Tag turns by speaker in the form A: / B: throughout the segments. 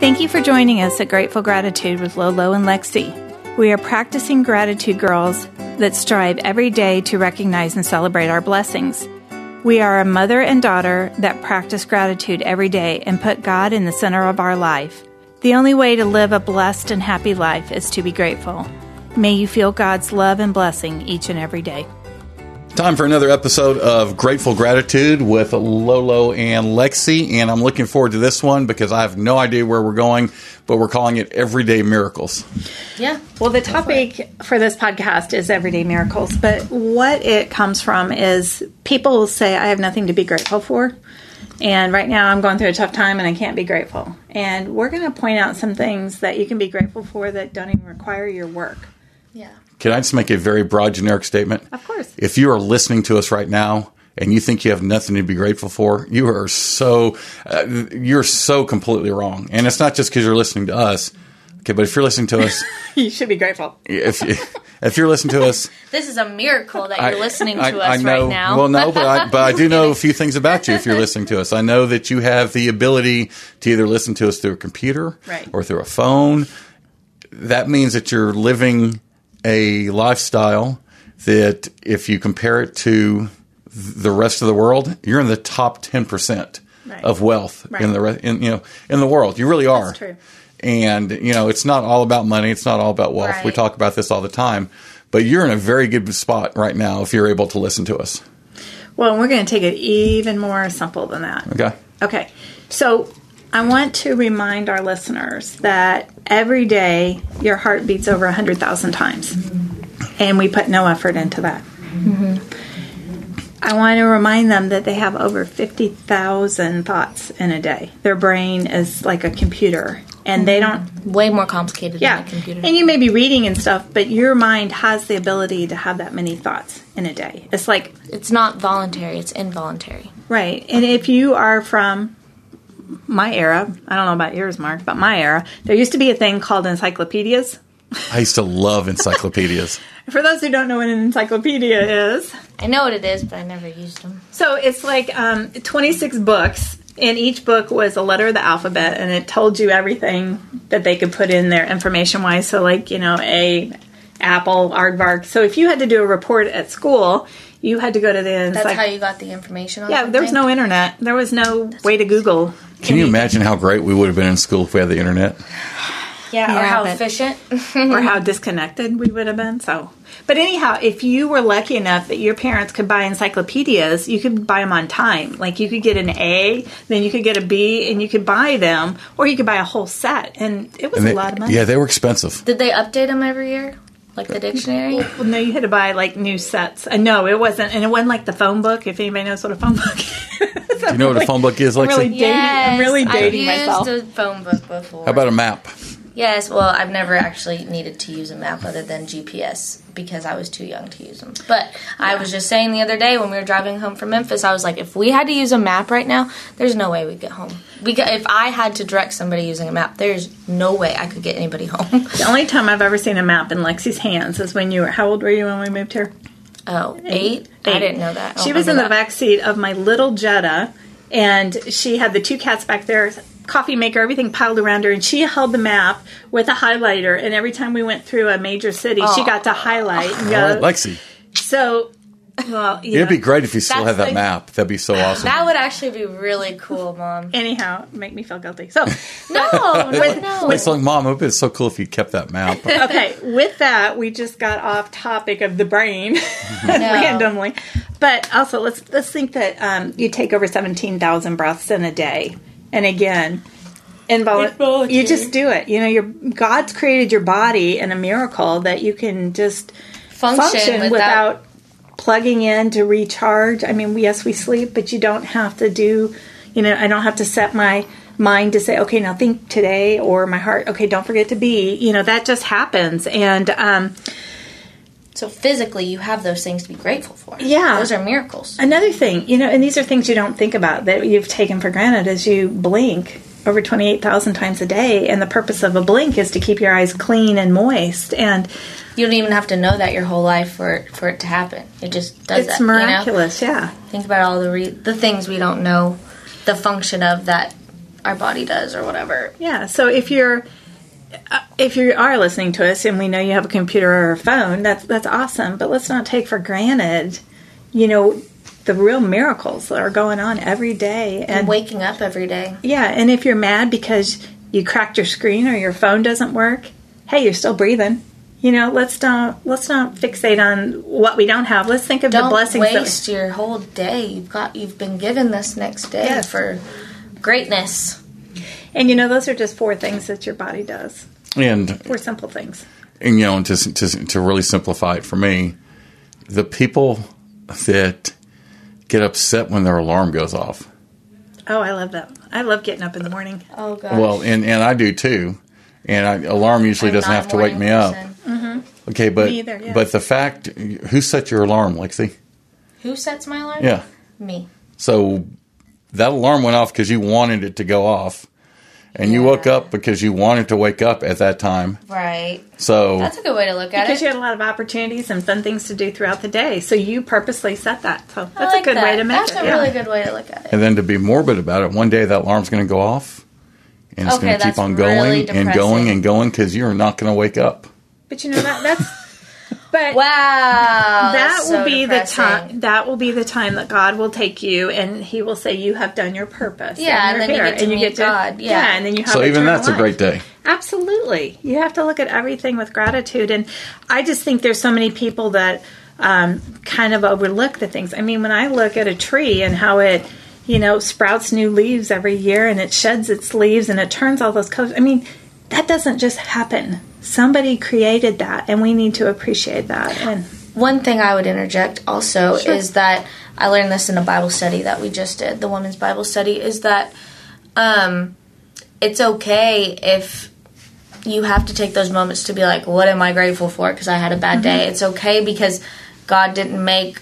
A: Thank you for joining us at Grateful Gratitude with Lolo and Lexi. We are practicing gratitude girls that strive every day to recognize and celebrate our blessings. We are a mother and daughter that practice gratitude every day and put God in the center of our life. The only way to live a blessed and happy life is to be grateful. May you feel God's love and blessing each and every day.
B: Time for another episode of Grateful Gratitude with Lolo and Lexi. And I'm looking forward to this one because I have no idea where we're going, but we're calling it Everyday Miracles.
C: Yeah.
A: Well, the topic for this podcast is everyday miracles, but what it comes from is people will say, I have nothing to be grateful for. And right now I'm going through a tough time and I can't be grateful. And we're going to point out some things that you can be grateful for that don't even require your work.
C: Yeah.
B: Can I just make a very broad, generic statement?
A: Of course.
B: If you are listening to us right now, and you think you have nothing to be grateful for, you are so uh, you're so completely wrong. And it's not just because you're listening to us, okay? But if you're listening to us,
A: You should be grateful.
B: if you, if you're listening to us,
C: This is a miracle that
B: I-
C: you're listening to
B: I-
C: us
B: I know,
C: right now.
B: Well, no, but I, but I do know a few things about you if you're listening to us. I know that you have the ability to either listen to us through a computer
A: Right.
B: or through a phone. That means that you're living a lifestyle that, if you compare it to th- the rest of the world, you're in the top ten percent
A: Right.
B: of wealth in
A: Right.
B: the re- in you know in the world. You really are.
A: true.
B: And you know, it's not all about money. It's not all about wealth. We
C: Right.
B: talk about this all the time. But you're in a very good spot right now if you're able to listen to us.
A: Well, we're going to take it even more simple than that.
B: Okay.
A: Okay. So I want to remind our listeners that every day your heart beats over 100,000 times, and we put no effort into that. I want to remind them that they have over 50,000 thoughts in a day. Their brain is like a computer, and they don't
C: Way more complicated
A: yeah.
C: than a computer.
A: And you may be reading and stuff, but your mind has the ability to have that many thoughts in a day. It's like
C: it's not voluntary, it's involuntary.
A: Right. And if you are from my era, I don't know about yours, Mark, but my era, there used to be a thing called encyclopedias.
B: I used to love encyclopedias.
A: For those who don't know what an encyclopedia is,
C: I know what it is, but I never used them.
A: so it's like um, 26 books, and each book was a letter of the alphabet, and it told you everything that they could put in there information wise. So, like, you know, a apple, aardvark. So, if you had to do a report at school, you had to go to the
C: That's
A: encyclopedia.
C: how you got the information on
A: yeah, there was no internet. There was no way to Google.
B: Can you imagine how great we would have been in school if we had the internet?
C: Yeah, or
A: Yeah,
C: how
A: but-
C: efficient.
A: or how disconnected we would have been. So, but anyhow, if you were lucky enough that your parents could buy encyclopedias, you could buy them on time. Like you could get an A, then you could get a B, and you could buy them, or you could buy a whole set, and it was
B: And
A: a
B: they-
A: lot of money.
B: Yeah, they were expensive.
C: Did they update them every year? Like the dictionary?
A: Well, no, you had to buy like new sets. Uh, no, it wasn't, and it wasn't like the phone book. If anybody knows what a phone book is,
B: You know what a phone book is, Lexi?
A: really dating- I'm really dating
C: I've used
A: myself.
C: a phone book before.
B: how about a map?
C: Yes, well, I've never actually needed to use a map other than GPS because I was too young to use them. But I was just saying the other day when we were driving home from Memphis, I was like, if we had to use a map right now, there's no way we'd get home. Because if I had to direct somebody using a map, there's no way I could get anybody home.
A: The only time I've ever seen a map in Lexi's hands is when you were. How old were you when we moved here?
C: Oh, eight? I didn't know that. Oh, I don't
A: She was in
C: remember
A: the
C: that.
A: back seat of my little Jetta, and she had the two cats back there, coffee maker, everything piled around her, and she held the map with a highlighter. And every time we went through a major city, she got
C: Oh.
A: to highlight. And
B: All
A: go.
B: right, Lexi.
A: so, well, you
B: Oh, It'd be
A: know,
B: great if you still had
C: That's
B: that
C: like-
B: map. That'd be so awesome.
C: That would actually be really cool, Mom.
A: anyhow, make me feel guilty. So,
C: No, no, no.
B: it's like, Mom, it would be so cool if you kept that map.
A: okay, with that, we just got off topic of the brain randomly, but also let's let's think that um, you take over seventeen thousand breaths in a day, and again, invol- you just do it. You know, your God's created your body in a miracle that you can just
C: Function,
A: function,
C: without,
A: without plugging in to recharge. I mean, yes, we sleep, but you don't have to do, you know, I don't have to set my mind to say, okay, now think today, or my heart, okay, don't forget to be. You know, that just happens. And um,
C: So physically, you have those things to be grateful for.
A: Yeah.
C: Those are miracles.
A: another thing, you know, and these are things you don't think about that you've taken for granted as you blink over 28,000 times a day. And the purpose of a blink is to keep your eyes clean and moist. And
C: You don't even have to know that your whole life for it, for it to happen. It just does
A: it's
C: that, you know?
A: miraculous. Yeah.
C: Think about all the re- the things we don't know the function of that our body does or whatever.
A: Yeah. So if you're uh, if you are listening to us and we know you have a computer or a phone, that's that's awesome. But let's not take for granted, you know, the real miracles that are going on every day.
C: And
A: And
C: waking up every day.
A: yeah, and if you're mad because you cracked your screen or your phone doesn't work, hey, you're still breathing. You know, let's not let's not fixate on what we don't have. Let's think of the
C: Don't
A: blessings. that we-
C: waste your whole day. You've got you've been given this next day
A: Yes.
C: for greatness.
A: and you know, those are just four things that your body does.
B: And
A: Four simple things.
B: and you know, and to, to to really simplify it for me, the people that get upset when their alarm goes off.
A: Oh, I love that. I love getting up in the morning.
C: Oh god.
B: Well, and and I do too. And I, alarm usually doesn't have to wake me up. Okay, but
A: Me either, yeah.
B: but the fact who set your alarm, Lexi?
C: Who sets my alarm?
B: Yeah.
C: Me.
B: So that alarm went off because you wanted it to go off, and you woke
C: Yeah.
B: up because you wanted to wake up at that time.
C: Right.
B: So
C: That's a good way to look at
A: Because
C: it.
A: you had a lot of opportunities and fun things to do throughout the day. So you purposely set that. So
C: I
A: that's
C: like
A: a good
C: that.
A: way to make
C: That's
A: it.
C: a
A: yeah.
C: really good way to look at it.
B: and then to be morbid about it, one day that alarm's going to go off, and it's
C: Okay,
B: going to keep
C: that's
B: on going and
C: really
B: going
C: depressing.
B: and going because you're not going to wake up.
A: But you know that that's but
C: Wow.
A: that
C: That
A: will be the time that will be the time that God will take you and he will say you have done your purpose.
C: Yeah, and
A: you're
C: then you
A: here,"
C: get to meet God, yeah.
A: and then you have
B: So even
A: eternal
B: that's a
A: life.
B: great day.
A: Absolutely. You have to look at everything with gratitude. And I just think there's so many people that um, kind of overlook the things. I mean, when I look at a tree and how it, you know, sprouts new leaves every year and it sheds its leaves and it turns all those colors, I mean, that doesn't just happen. Somebody created that, and we need to appreciate that. And
C: One thing I would interject also is that I learned this in a Bible study that we just did, the women's Bible study, is that um, it's okay if you have to take those moments to be like, what am I grateful for? Because I had a bad day.
A: Mm-hmm.
C: It's okay because God didn't make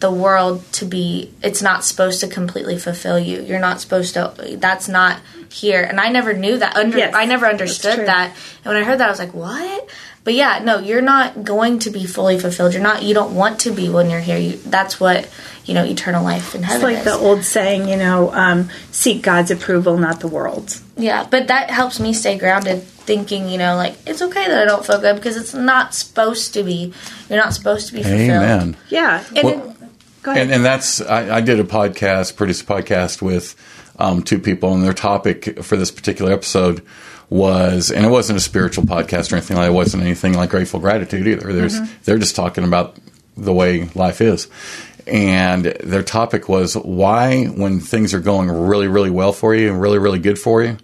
C: the world to be it's not supposed to completely fulfill you you're not supposed to that's not here and i never knew that under
A: Yes,
C: i never
A: that's
C: understood
A: true.
C: that and when i heard that i was like what but yeah no you're not going to be fully fulfilled you're not you don't want to be when you're here you, that's what you know eternal life in
A: it's
C: heaven
A: like
C: is
A: the old saying, you know, um, seek God's approval, not the world's.
C: yeah but that helps me stay grounded thinking you know like it's okay that i don't feel good because it's not supposed to be you're not supposed to be fulfilled
B: Amen.
A: Yeah. And
B: Well-
A: it- go ahead.
B: And, and that's I, I did a podcast, produced a podcast with um, two people, and their topic for this particular episode was, and it wasn't a spiritual podcast or anything like. It wasn't anything like grateful gratitude either. There's
A: Mm-hmm.
B: they're just talking about the way life is, and their topic was why when things are going really really well for you and really really good for you,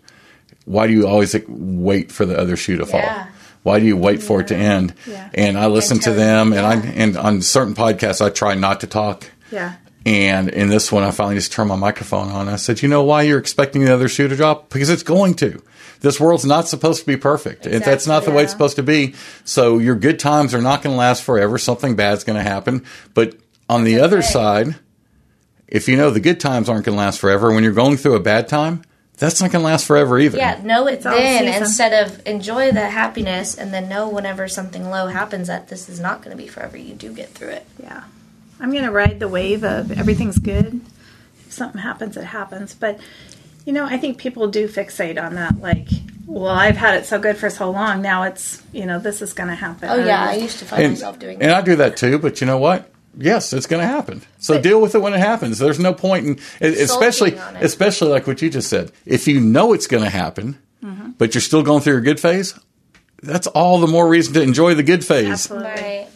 B: why do you always like, wait for the other shoe to fall?
C: Yeah.
B: Why do you wait for it to end?
A: Yeah.
B: And I listen to
C: Until-
B: them, and I and on certain podcasts I try not to talk.
A: yeah.
B: And in this one, I finally just turned my microphone on. I said, "You know why you're expecting the other shoe to drop? Because it's going to. This world's not supposed to be perfect. It- That's not the way it's
A: Exactly.
B: supposed to be. So your good times are not going to last forever. Something bad's going to happen. But on the other side, if you know the good times aren't going to last forever, when you're going through a bad time, that's not going to last forever either.
C: Yeah, know it
A: all
C: then
A: season.
C: instead of enjoy the happiness and then know whenever something low happens that this is not going to be forever. You do get through it.
A: Yeah. I'm going to ride the wave of everything's good. If something happens, it happens. But, you know, I think people do fixate on that. Like, well, I've had it so good for so long. Now it's, you know, this is going to happen.
C: Oh,
A: Or
C: yeah, I
A: this-
C: used to find
B: And,
C: myself doing
B: and
C: that.
B: I do that too, but you know what? Yes, it's going to happen. So deal with it when it happens. There's no point in, e, especially,
C: on it.
B: especially like what you just said. If you know it's going to happen,
C: Mm-hmm.
B: but you're still going through your good phase, that's all the more reason to enjoy the good phase.
A: Absolutely.
C: Right.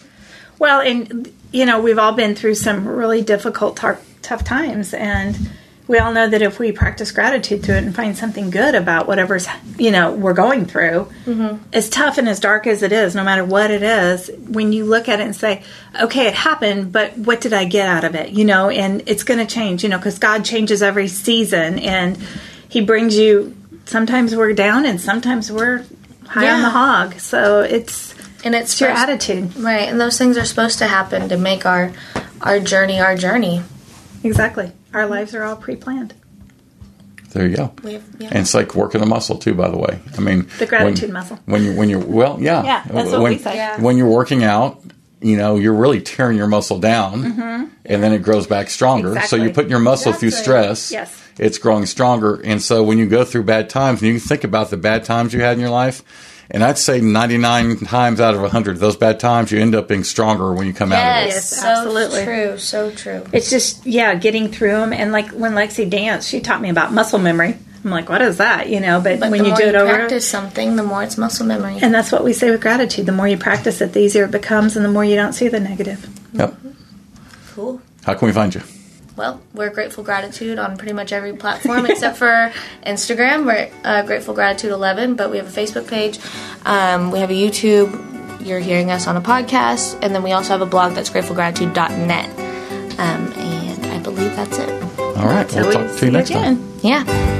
A: Well, and you know, we've all been through some really difficult, tar- tough times, and we all know that if we practice gratitude through it and find something good about whatever's you know we're going through, as tough and as dark as it is, no matter what it is, when you look at it and say, "Okay, it happened, but what did I get out of it?" You know, and it's going to change, you know, because God changes every season, and He brings you. Sometimes we're down, and sometimes we're high on
C: Yeah.
A: the hog. So it's
C: And it's,
A: it's your
C: supposed-
A: attitude.
C: Right, and those things are supposed to happen to make our our journey our journey.
A: Exactly. Our lives are all pre-planned.
B: There you go.
C: We have, yeah.
B: And it's like working a muscle too, by the way. I mean,
A: The gratitude
B: when,
A: muscle.
B: When you when you're well, yeah,
A: Yeah, that's what
B: when,
A: we say.
C: Yeah.
B: When you're working out, you know, you're really tearing your muscle down and then it grows back stronger. So
A: Mm-hmm. Exactly.
B: you're putting your muscle through
C: Exactly.
B: stress.
A: Yes.
B: It's growing stronger. And so when you go through bad times and you think about the bad times you had in your life, and I'd say 99 times out of 100, those bad times, you end up being stronger when you come out of it.
A: Yes,
C: Yes, so
A: absolutely.
C: true, so true.
A: It's just, yeah, getting through them. And like when Lexi danced, she taught me about muscle memory. I'm like, what is that? You know, but,
C: But
A: when
C: the
A: you
C: more
A: do it
C: you
A: over.
C: practice something, the more it's muscle memory.
A: And that's what we say with gratitude. The more you practice it, the easier it becomes, and the more you don't see the negative.
B: Yep.
C: Cool.
B: How can we find you?
C: Well, we're Grateful Gratitude on pretty much every platform except for Instagram. We're uh, Grateful Gratitude 11, but we have a Facebook page. Um, we have a YouTube. You're hearing us on a podcast. And then we also have a blog that's gratefulgratitude.net. Um, and I believe that's it.
B: All right.
A: So
B: We'll talk to you next time.
A: again.
C: Yeah.